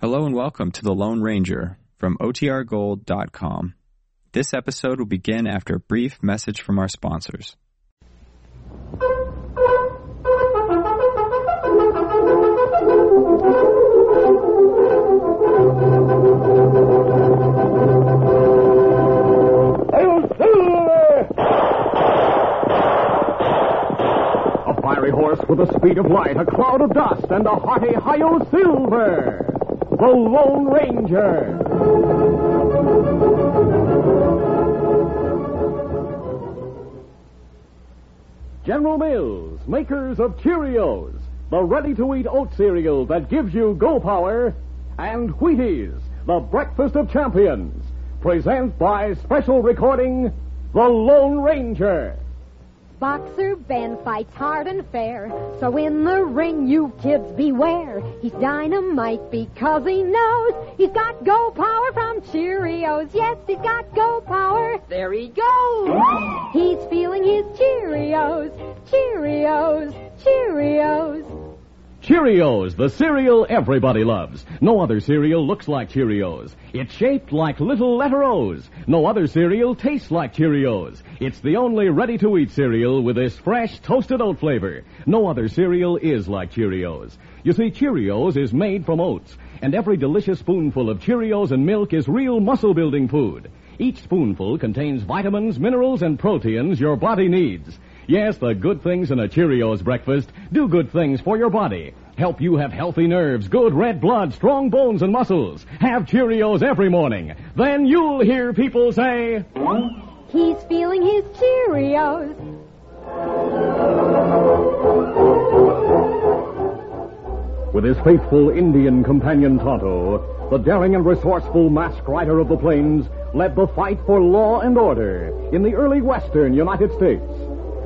Hello and welcome to The Lone Ranger from OTRGold.com. This episode will begin after a brief message from our sponsors. Hail Silver! A fiery horse with the speed of light, a cloud of dust, and a hearty Hio Silver. The Lone Ranger. General Mills, makers of Cheerios, the ready-to-eat oat cereal that gives you go power, and Wheaties, the breakfast of champions, present by special recording, The Lone Ranger. Boxer Ben fights hard and fair, so in the ring, you kids beware. He's dynamite because he knows he's got go power from Cheerios. Yes, he's got go power. There he goes. He's feeling his Cheerios, Cheerios, Cheerios. Cheerios, the cereal everybody loves. No other cereal looks like Cheerios. It's shaped like little letter O's. No other cereal tastes like Cheerios. It's the only ready-to-eat cereal with this fresh toasted oat flavor. No other cereal is like Cheerios. You see, Cheerios is made from oats, and every delicious spoonful of Cheerios and milk is real muscle-building food. Each spoonful contains vitamins, minerals, and proteins your body needs. Yes, the good things in a Cheerios breakfast do good things for your body. Help you have healthy nerves, good red blood, strong bones and muscles. Have Cheerios every morning. Then you'll hear people say, He's feeling his Cheerios. With his faithful Indian companion Tonto, the daring and resourceful masked rider of the plains led the fight for law and order in the early western United States.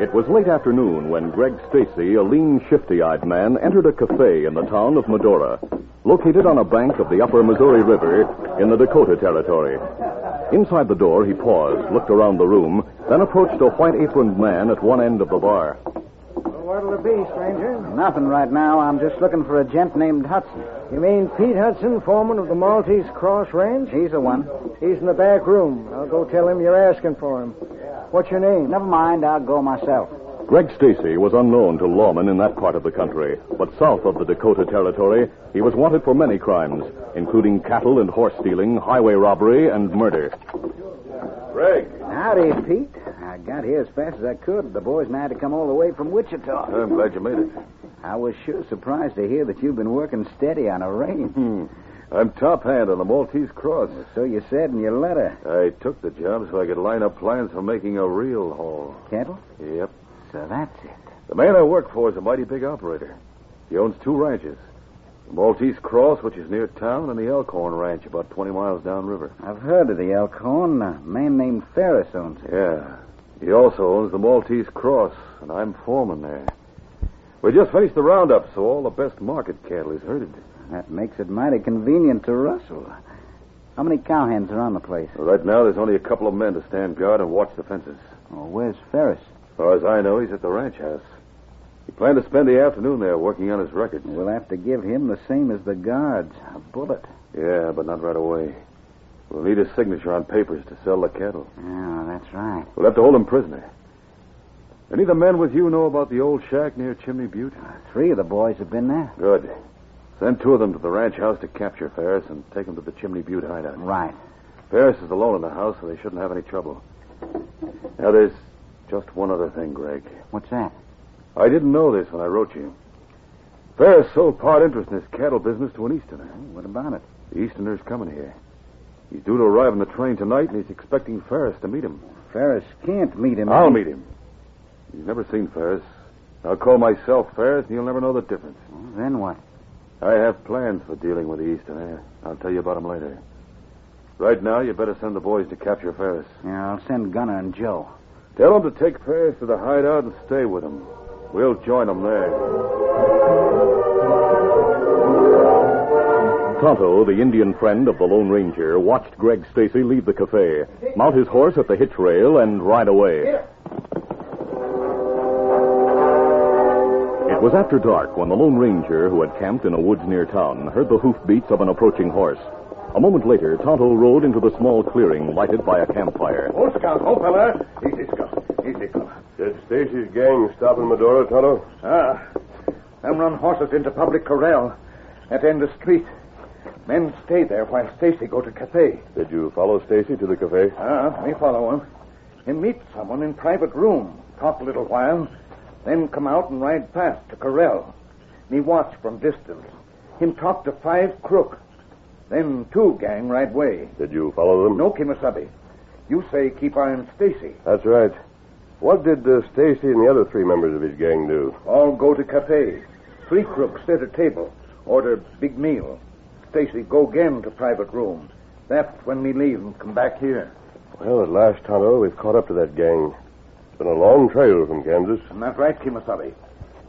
It was late afternoon when Greg Stacy, a lean, shifty eyed man, entered a cafe in the town of Medora, located on a bank of the upper Missouri River in the Dakota Territory. Inside the door, he paused, looked around the room, then approached a white aproned man at one end of the bar. What'll it be, stranger? Nothing right now. I'm just looking for a gent named Hudson. You mean Pete Hudson, foreman of the Maltese Cross Range? He's the one. He's in the back room. I'll go tell him you're asking for him. What's your name? Never mind, I'll go myself. Greg Stacy was unknown to lawmen in that part of the country, but south of the Dakota Territory, he was wanted for many crimes, including cattle and horse stealing, highway robbery, and murder. Greg, Howdy, Pete. I got here as fast as I could. The boys and I had to come all the way from Wichita. I'm glad you made it. I was sure surprised to hear that you've been working steady on a range. Hmm. I'm top hand on the Maltese Cross. So you said in your letter. I took the job so I could line up plans for making a real haul. Cattle? Yep. So that's it. The man I work for is a mighty big operator. He owns two ranches the Maltese Cross, which is near town, and the Elkhorn Ranch, about 20 miles downriver. I've heard of the Elkhorn. A man named Ferris owns it. Yeah. He also owns the Maltese Cross, and I'm foreman there. We just finished the roundup, so all the best market cattle is herded. That makes it mighty convenient to Russell. How many cowhands are on the place? Right now, there's only a couple of men to stand guard and watch the fences. Oh, where's Ferris? As far as I know, he's at the ranch house. He planned to spend the afternoon there working on his records. We'll have to give him the same as the guards. A bullet. Yeah, but not right away. We'll need his signature on papers to sell the cattle. Oh, that's right. We'll have to hold him prisoner. Any of the men with you know about the old shack near Chimney Butte? Three of the boys have been there. Good. Send two of them to the ranch house to capture Ferris and take him to the Chimney Butte hideout. Right. Ferris is alone in the house, so they shouldn't have any trouble. Now, there's just one other thing, Greg. What's that? I didn't know this when I wrote you. Ferris sold part interest in his cattle business to an Easterner. What about it? The Easterner's coming here. He's due to arrive on the train tonight, and he's expecting Ferris to meet him. Ferris can't meet him. I'll meet him. He's never seen Ferris. I'll call myself Ferris, and he'll never know the difference. Well, then what? I have plans for dealing with the Eastern Air. I'll tell you about them later. Right now, you better send the boys to capture Ferris. Yeah, I'll send Gunner and Joe. Tell them to take Ferris to the hideout and stay with him. We'll join them there. Tonto, the Indian friend of the Lone Ranger, watched Greg Stacy leave the cafe, mount his horse at the hitch rail, and ride away. It was after dark when the Lone Ranger, who had camped in a woods near town, heard the hoofbeats of an approaching horse. A moment later, Tonto rode into the small clearing lighted by a campfire. Oscar, ho, fella. Easy, Scott. Easy, fella. Did Stacy's gang stop in Medora, Tonto? Ah, them run horses into public corral at end of street. Men stay there while Stacy go to cafe. Did you follow Stacy to the cafe? Ah, me follow him. And meet someone in private room, talk a little while, then come out and ride past to corral. Me watch from distance. Him talk to five crook. Then two gang ride way. Did you follow them? No Kimasabi. You say keep eye on Stacy. That's right. What did uh, Stacy and the other three members of his gang do? All go to cafe. Three crooks set a table, order big meal. Stacy go again to private room. That's when me leave and come back here. Well, at last, Tonto, we've caught up to that gang. It's been a long trail from Kansas. And that right, Kimasabi.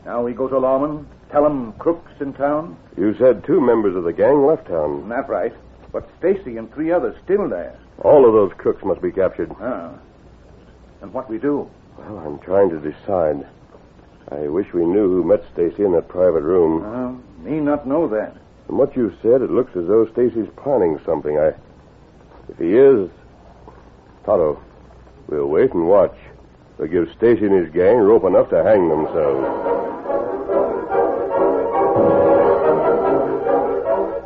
Now we go to Lawman, tell 'em crooks in town. You said two members of the gang left town. And that right. But Stacy and three others still there. All of those crooks must be captured. Ah. And what we do? Well, I'm trying to decide. I wish we knew who met Stacy in that private room. Uh, me not know that. From what you said, it looks as though Stacy's planning something. I, if he is, Toto, we'll wait and watch. We'll give Stacy and his gang rope enough to hang themselves.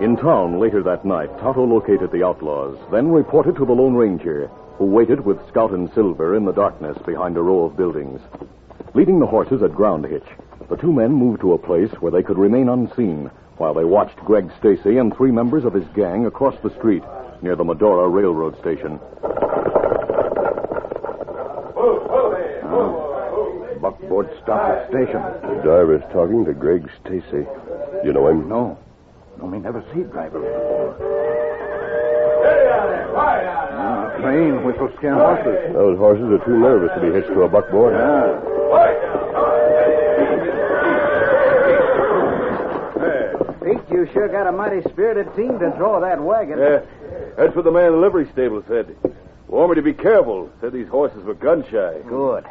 In town later that night, Tonto located the outlaws, then reported to the Lone Ranger, who waited with Scout and Silver in the darkness behind a row of buildings. Leading the horses at ground hitch, the two men moved to a place where they could remain unseen while they watched Greg Stacy and three members of his gang across the street near the Medora Railroad Station. Ah, Buckboard stop at station. The driver's talking to Greg Stacy. You know him? No. No, me never see driver. Ah, train whistle scare horses. Those horses are too nervous to be hitched to a buckboard. Ah, Pete, you sure got a mighty spirited team to draw that wagon. that's what the man in the livery stable said. Warned me to be careful. Said these horses were gun shy. Good.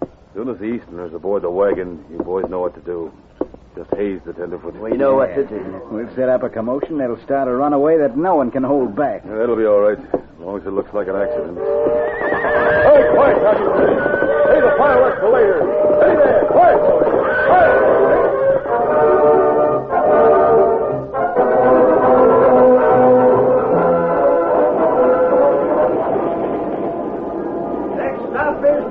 As soon as the Easterners aboard the wagon, you boys know what to do. Just haze the tenderfoot. We know what to do. We'll set up a commotion that'll start a runaway that no one can hold back. Yeah, that'll be all right, as long as it looks like an accident. Hey, quiet, Doctor. Hey, the fireworks for later. Hey there, quiet, boys.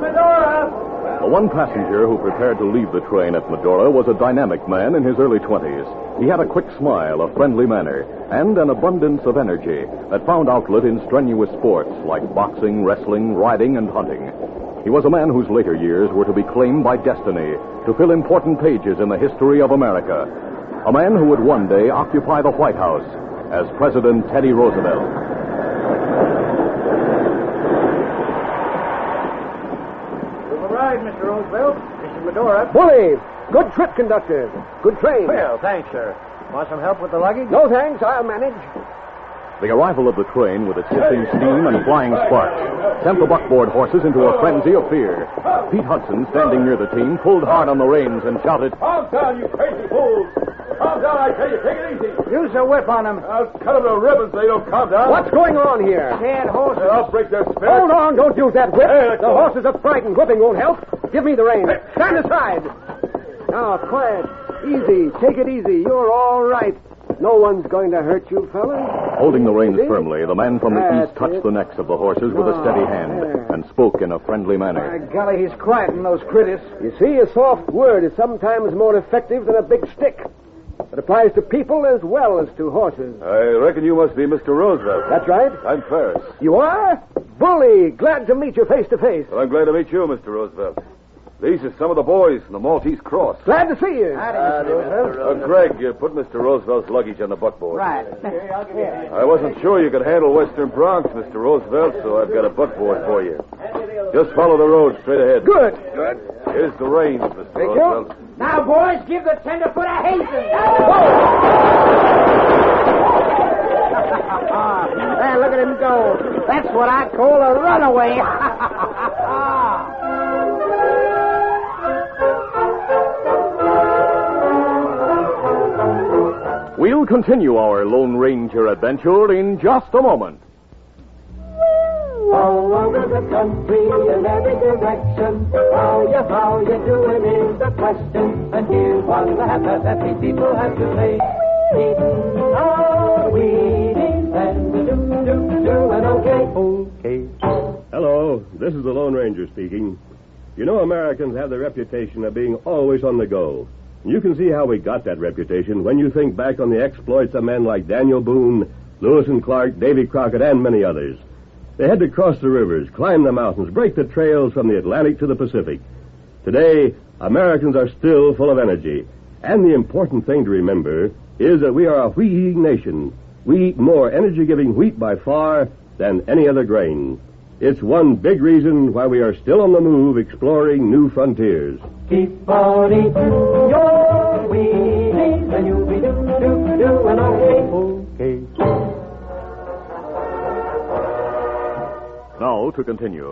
The one passenger who prepared to leave the train at Medora was a dynamic man in his early 20s. He had a quick smile, a friendly manner, and an abundance of energy that found outlet in strenuous sports like boxing, wrestling, riding, and hunting. He was a man whose later years were to be claimed by destiny to fill important pages in the history of America. A man who would one day occupy the White House as President Teddy Roosevelt. All right, Mr. Roosevelt. Mr. Medora. Bully! Good trip, conductor. Good train. Well, thanks, sir. Want some help with the luggage? No thanks, I'll manage. The arrival of the train with its hissing steam and flying sparks sent the buckboard horses into a frenzy of fear. Pete Hudson, standing near the team, pulled hard on the reins and shouted, Calm down, you crazy fools. Calm down, I tell you. Take it easy. Use the whip on them. I'll cut them to ribbons if they don't calm down. What's going on here? Can't horse. I'll break their spirit. Hold on, don't use that whip. Hey, let the go. horses are frightened. Whipping won't help. Give me the reins. Stand aside. Now, quiet. Easy. Take it easy. You're all right. No one's going to hurt you, fellas. Holding the reins firmly, the man from the east touched the necks of the horses with Ah, a steady hand and spoke in a friendly By manner. golly, he's quieting those critters. You see, a soft word is sometimes more effective than a big stick. It applies to people as well as to horses. I reckon you must be Mr. Roosevelt. That's right. I'm Ferris. You are? Bully, glad to meet you face to face. Well, I'm glad to meet you, Mr. Roosevelt. These are some of the boys from the Maltese Cross. Glad to see you. Uh, Greg, uh, put Mr. Roosevelt's luggage on the buckboard. Right. I wasn't sure you could handle Western Bronx, Mr. Roosevelt, so I've got a buckboard for you. Just follow the road straight ahead. Good. Here's the reins, Mr. Oh, Roosevelt. Now, boys, give the tenderfoot a hasten. there, look at him go. That's what I call a runaway. We'll continue our Lone Ranger adventure in just a moment. All over the country in every direction. How you, how you doing is the question. And here's what the happy, happy people have to say. Eating, oh, eating, and do, do, do, and okay. Okay. Hello, this is the Lone Ranger speaking. You know, Americans have the reputation of being always on the go. You can see how we got that reputation when you think back on the exploits of men like Daniel Boone, Lewis and Clark, Davy Crockett, and many others. They had to cross the rivers, climb the mountains, break the trails from the Atlantic to the Pacific. Today, Americans are still full of energy. And the important thing to remember is that we are a wheat eating nation. We eat more energy giving wheat by far than any other grain. It's one big reason why we are still on the move exploring new frontiers. Keep on eating your wheaties, and you'll be do, do, do, and okay. Now to continue.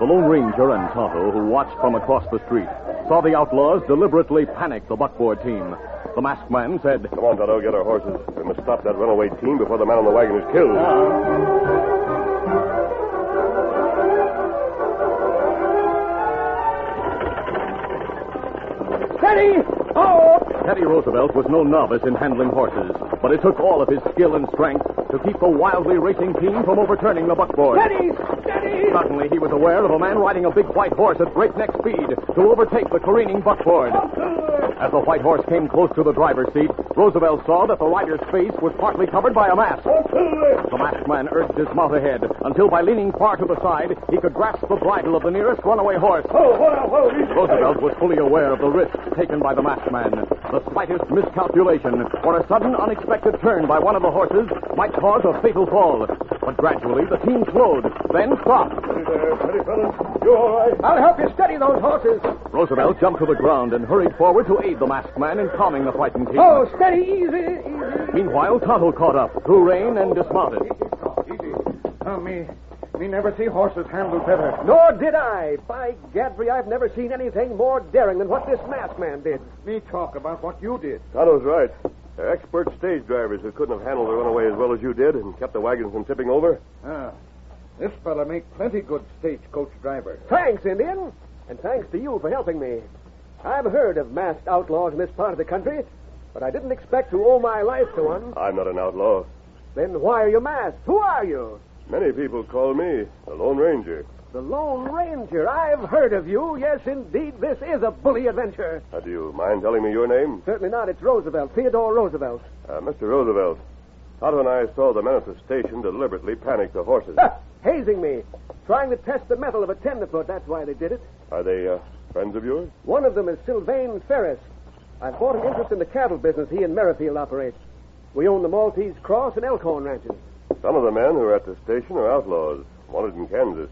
The Lone Ranger and Tonto, who watched from across the street, saw the outlaws deliberately panic the buckboard team. The masked man said, Come on, Tonto, get our horses. We must stop that runaway team before the man on the wagon is killed. Steady. Oh, Teddy Roosevelt was no novice in handling horses, but it took all of his skill and strength to keep the wildly racing team from overturning the buckboard. steady, steady. Suddenly, he was aware of a man riding a big white horse at breakneck speed to overtake the careening buckboard. As the white horse came close to the driver's seat, Roosevelt saw that the rider's face was partly covered by a mask. The masked man urged his mount ahead until, by leaning far to the side, he could grasp the bridle of the nearest runaway horse. Roosevelt was fully aware of the risk taken by the masked man. The slightest miscalculation or a sudden unexpected turn by one of the horses might cause a fatal fall. But gradually the team slowed, then stopped. I'll help you steady those horses. Roosevelt jumped to the ground and hurried forward to aid the masked man in calming the frightened team. Oh, steady, easy, easy. Meanwhile, Tonto caught up, drew rein, and dismounted. Easy. Oh, me, me never see horses handled better. Nor did I. By Gadbury, I've never seen anything more daring than what this masked man did. Me talk about what you did. Tonto's right. They're expert stage drivers who couldn't have handled the runaway as well as you did and kept the wagons from tipping over. Ah, this fella make plenty good stagecoach driver. Thanks, Indian. And thanks to you for helping me. I've heard of masked outlaws in this part of the country, but I didn't expect to owe my life to one. I'm not an outlaw. Then why are you masked? Who are you? Many people call me the Lone Ranger. The Lone Ranger. I've heard of you. Yes, indeed, this is a bully adventure. Uh, do you mind telling me your name? Certainly not. It's Roosevelt, Theodore Roosevelt. Uh, Mr. Roosevelt, Otto and I saw the men at the station deliberately panic the horses. Ha! Hazing me. Trying to test the mettle of a tenderfoot. That's why they did it. Are they uh, friends of yours? One of them is Sylvain Ferris. I've bought an interest in the cattle business he and Merrifield operates. We own the Maltese Cross and Elkhorn ranches. Some of the men who are at the station are outlaws, wanted in Kansas.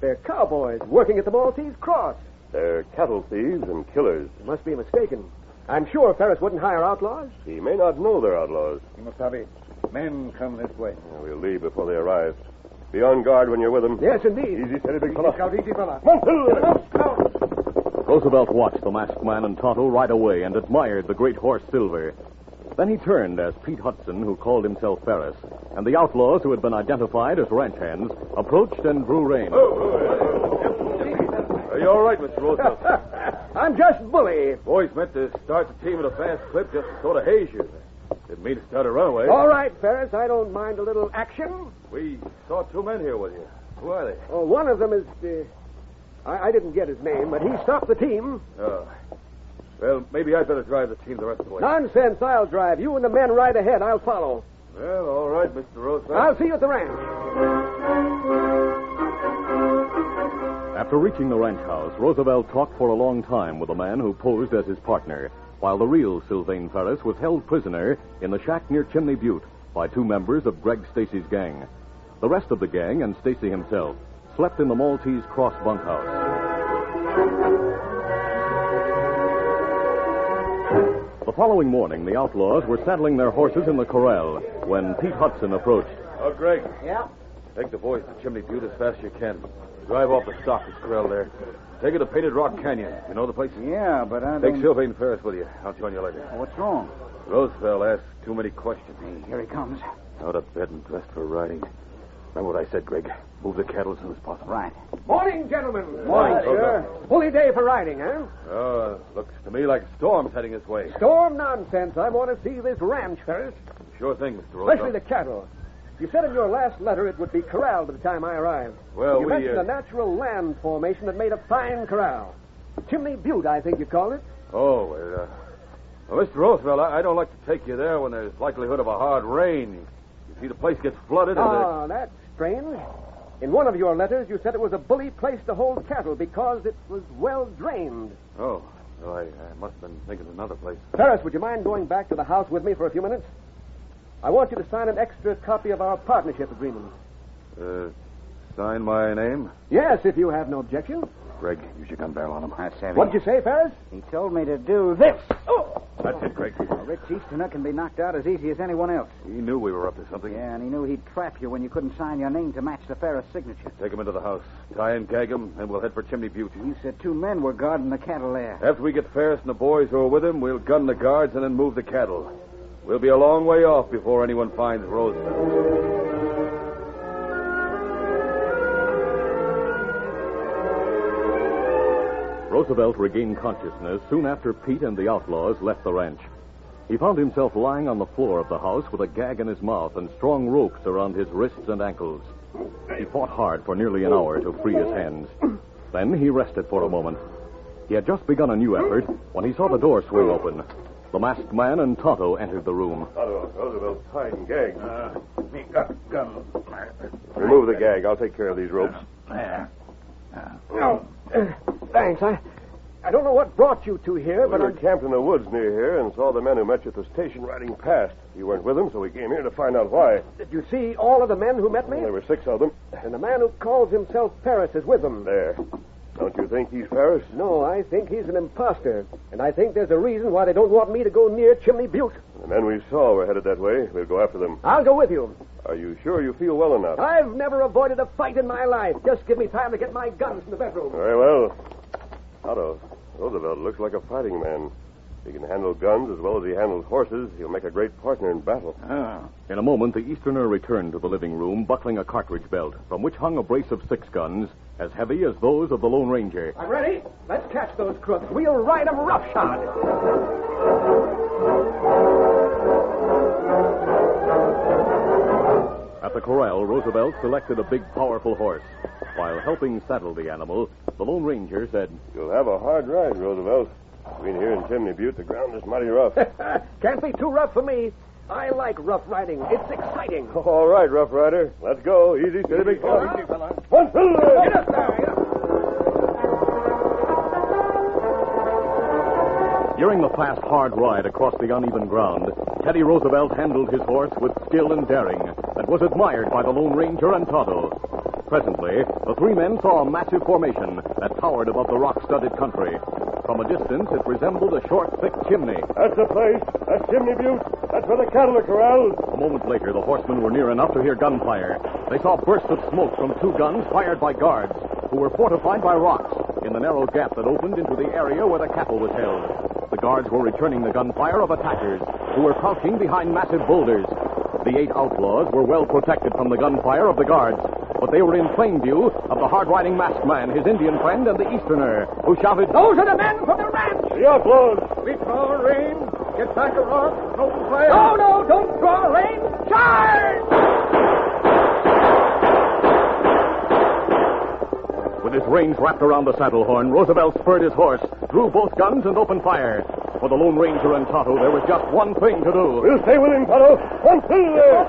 They're cowboys working at the Maltese Cross. They're cattle thieves and killers. They must be mistaken. I'm sure Ferris wouldn't hire outlaws. He may not know they're outlaws. Masabi, men come this way. Uh, We'll leave before they arrive. Be on guard when you're with them. Yes, indeed. Easy, steady, big fella. easy, fella. Roosevelt watched the masked man and Tonto ride away and admired the great horse Silver. Then he turned as Pete Hudson, who called himself Ferris, and the outlaws who had been identified as ranch hands approached and drew rein. Oh, Are you all right, Mr. Roosevelt? I'm just bully. Boys meant to start the team at a fast clip just to sort of haze you. Didn't mean to start a runaway. All right, Ferris, I don't mind a little action. We saw two men here with you. Who are they? Oh, one of them is. Uh, I, I didn't get his name, but he stopped the team. Oh. Well, maybe I'd better drive the team the rest of the way. Nonsense, I'll drive. You and the men ride ahead. I'll follow. Well, all right, Mr. Roosevelt. I'll see you at the ranch. After reaching the ranch house, Roosevelt talked for a long time with a man who posed as his partner, while the real Sylvain Ferris was held prisoner in the shack near Chimney Butte by two members of Greg Stacy's gang. The rest of the gang and Stacy himself slept in the Maltese Cross bunkhouse. The following morning, the outlaws were saddling their horses in the corral when Pete Hudson approached. Oh, Greg, Yeah? take the boys to Chimney Butte as fast as you can. Drive off the stock that's corralled there. Take it to Painted Rock Canyon. You know the place? Yeah, but I Take don't... Sylvain Ferris with you. I'll join you later. What's wrong? Roosevelt asked too many questions. Here he comes. Out of bed and dressed for riding. Remember what I said, Greg. Move the cattle as soon as possible. Right. Morning, gentlemen. Morning, sir. Bully day for riding, huh? Oh, uh, looks to me like a storm's heading this way. Storm nonsense. I want to see this ranch, Ferris. Sure thing, Mr. Roosevelt. Especially the cattle. You said in your last letter it would be corralled by the time I arrived. Well, you we, mentioned uh, a natural land formation that made a fine corral. Chimney Butte, I think you called it. Oh, well, uh, well, Mr. Roosevelt, I, I don't like to take you there when there's likelihood of a hard rain. You see, the place gets flooded. and the- Ah, that's strange. In one of your letters, you said it was a bully place to hold cattle because it was well drained. Oh, well, I, I must have been thinking of another place. Ferris, would you mind going back to the house with me for a few minutes? I want you to sign an extra copy of our partnership agreement. Uh, sign my name? Yes, if you have no objection. Greg, use your gun barrel on him. That's heavy. What did you say, Ferris? He told me to do this. That's it, Greg. Rich Easterner can be knocked out as easy as anyone else. He knew we were up to something. Yeah, and he knew he'd trap you when you couldn't sign your name to match the Ferris signature. Take him into the house. Tie and gag him, and we'll head for Chimney Butte. You said two men were guarding the cattle there. After we get Ferris and the boys who are with him, we'll gun the guards and then move the cattle. We'll be a long way off before anyone finds Roosevelt. Roosevelt regained consciousness soon after Pete and the outlaws left the ranch. He found himself lying on the floor of the house with a gag in his mouth and strong ropes around his wrists and ankles. He fought hard for nearly an hour to free his hands. Then he rested for a moment. He had just begun a new effort when he saw the door swing open. The masked man and Tonto entered the room. Tonto, Roosevelt, tie and gag. Me got gun. Remove the gag. I'll take care of these ropes. There. No. Thanks. I, I don't know what brought you two here, We but were I'm. camped in the woods near here and saw the men who met you at the station riding past. You weren't with them, so we came here to find out why. Did you see all of the men who met me? There were six of them. And the man who calls himself Paris is with them. There. Don't you think he's Ferris? No, I think he's an imposter. And I think there's a reason why they don't want me to go near Chimney Butte. The men we saw were headed that way. We'll go after them. I'll go with you. Are you sure you feel well enough? I've never avoided a fight in my life. Just give me time to get my guns from the bedroom. Very well. Otto, Roosevelt looks like a fighting man. He can handle guns as well as he handles horses. He'll make a great partner in battle. Oh. In a moment, the Easterner returned to the living room, buckling a cartridge belt, from which hung a brace of six guns, as heavy as those of the Lone Ranger. I'm ready. Let's catch those crooks. We'll ride them roughshod. At the corral, Roosevelt selected a big, powerful horse. While helping saddle the animal, the Lone Ranger said, You'll have a hard ride, Roosevelt. Between here and Chimney Butte, the ground is mighty rough. Can't be too rough for me. I like rough riding. It's exciting. All right, Rough Rider. Let's go. Easy, steady, big fellow. One, two, Get up there. Get up. During the fast, hard ride across the uneven ground, Teddy Roosevelt handled his horse with skill and daring that was admired by the Lone Ranger and Tonto. Presently, the three men saw a massive formation that towered above the rock-studded country. From a distance, it resembled a short, thick chimney. That's the place. That's Chimney Butte. That's where the cattle are corralled. A moment later, the horsemen were near enough to hear gunfire. They saw bursts of smoke from two guns fired by guards, who were fortified by rocks in the narrow gap that opened into the area where the cattle was held. The guards were returning the gunfire of attackers, who were crouching behind massive boulders. The eight outlaws were well protected from the gunfire of the guards, but they were in plain view of the hard-riding masked man, his Indian friend, and the Easterner, who shouted, Those are the men from the ranch. The outlaws. We call rain. Get back a rock. and Open fire. No, no, don't draw rein. Charge! With his reins wrapped around the saddle horn, Roosevelt spurred his horse, drew both guns, and opened fire. For the Lone Ranger and Tonto, there was just one thing to do. We'll stay with him, Tonto. One, two, there.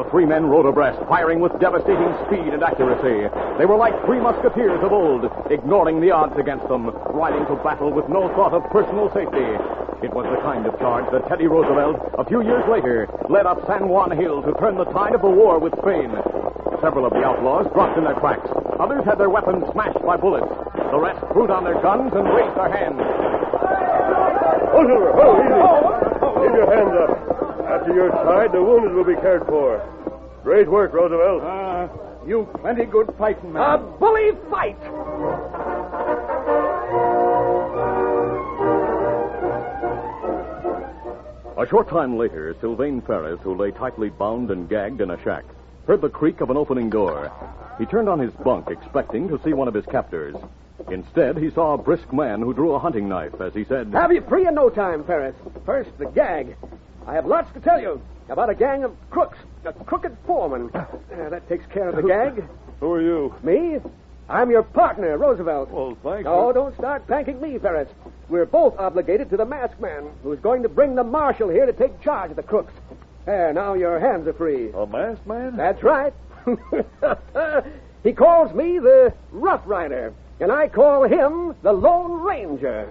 The three men rode abreast, firing with devastating speed and accuracy. They were like three musketeers of old, ignoring the odds against them, riding to battle with no thought of personal safety. It was the kind of charge that Teddy Roosevelt, a few years later, led up San Juan Hill to turn the tide of the war with Spain. Several of the outlaws dropped in their tracks. Others had their weapons smashed by bullets. The rest threw down their guns and raised their hands. Hold it, hold it, easy. Keep your hands up. After your side, the wounded will be cared for. Great work, Roosevelt. Ah, you plenty good fighting, man. A bully fight! A short time later, Sylvain Ferris, who lay tightly bound and gagged in a shack, heard the creak of an opening door. He turned on his bunk, expecting to see one of his captors. Instead, he saw a brisk man who drew a hunting knife as he said, Have you free in no time, Ferris. First, the gag. I have lots to tell you about a gang of crooks, a crooked foreman. Uh, that takes care of the gag. Who are you? Me? I'm your partner, Roosevelt. Well, thank no, you. don't start thanking me, Ferris. We're both obligated to the masked man who's going to bring the marshal here to take charge of the crooks. There, now your hands are free. A masked man? That's right. he calls me the Rough Rider, and I call him the Lone Ranger.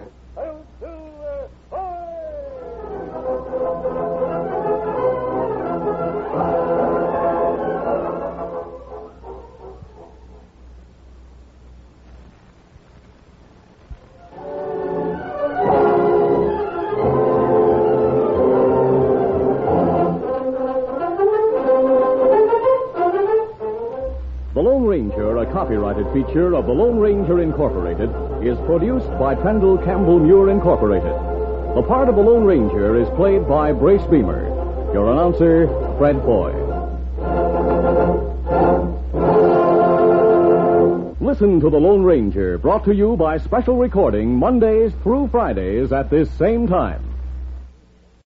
The Lone Ranger, a copyrighted feature of the Lone Ranger Incorporated, is produced by Pendle Campbell Muir Incorporated. The part of the Lone Ranger is played by Brace Beamer. Your announcer, Fred Foy. Listen to The Lone Ranger, brought to you by special recording Mondays through Fridays at this same time.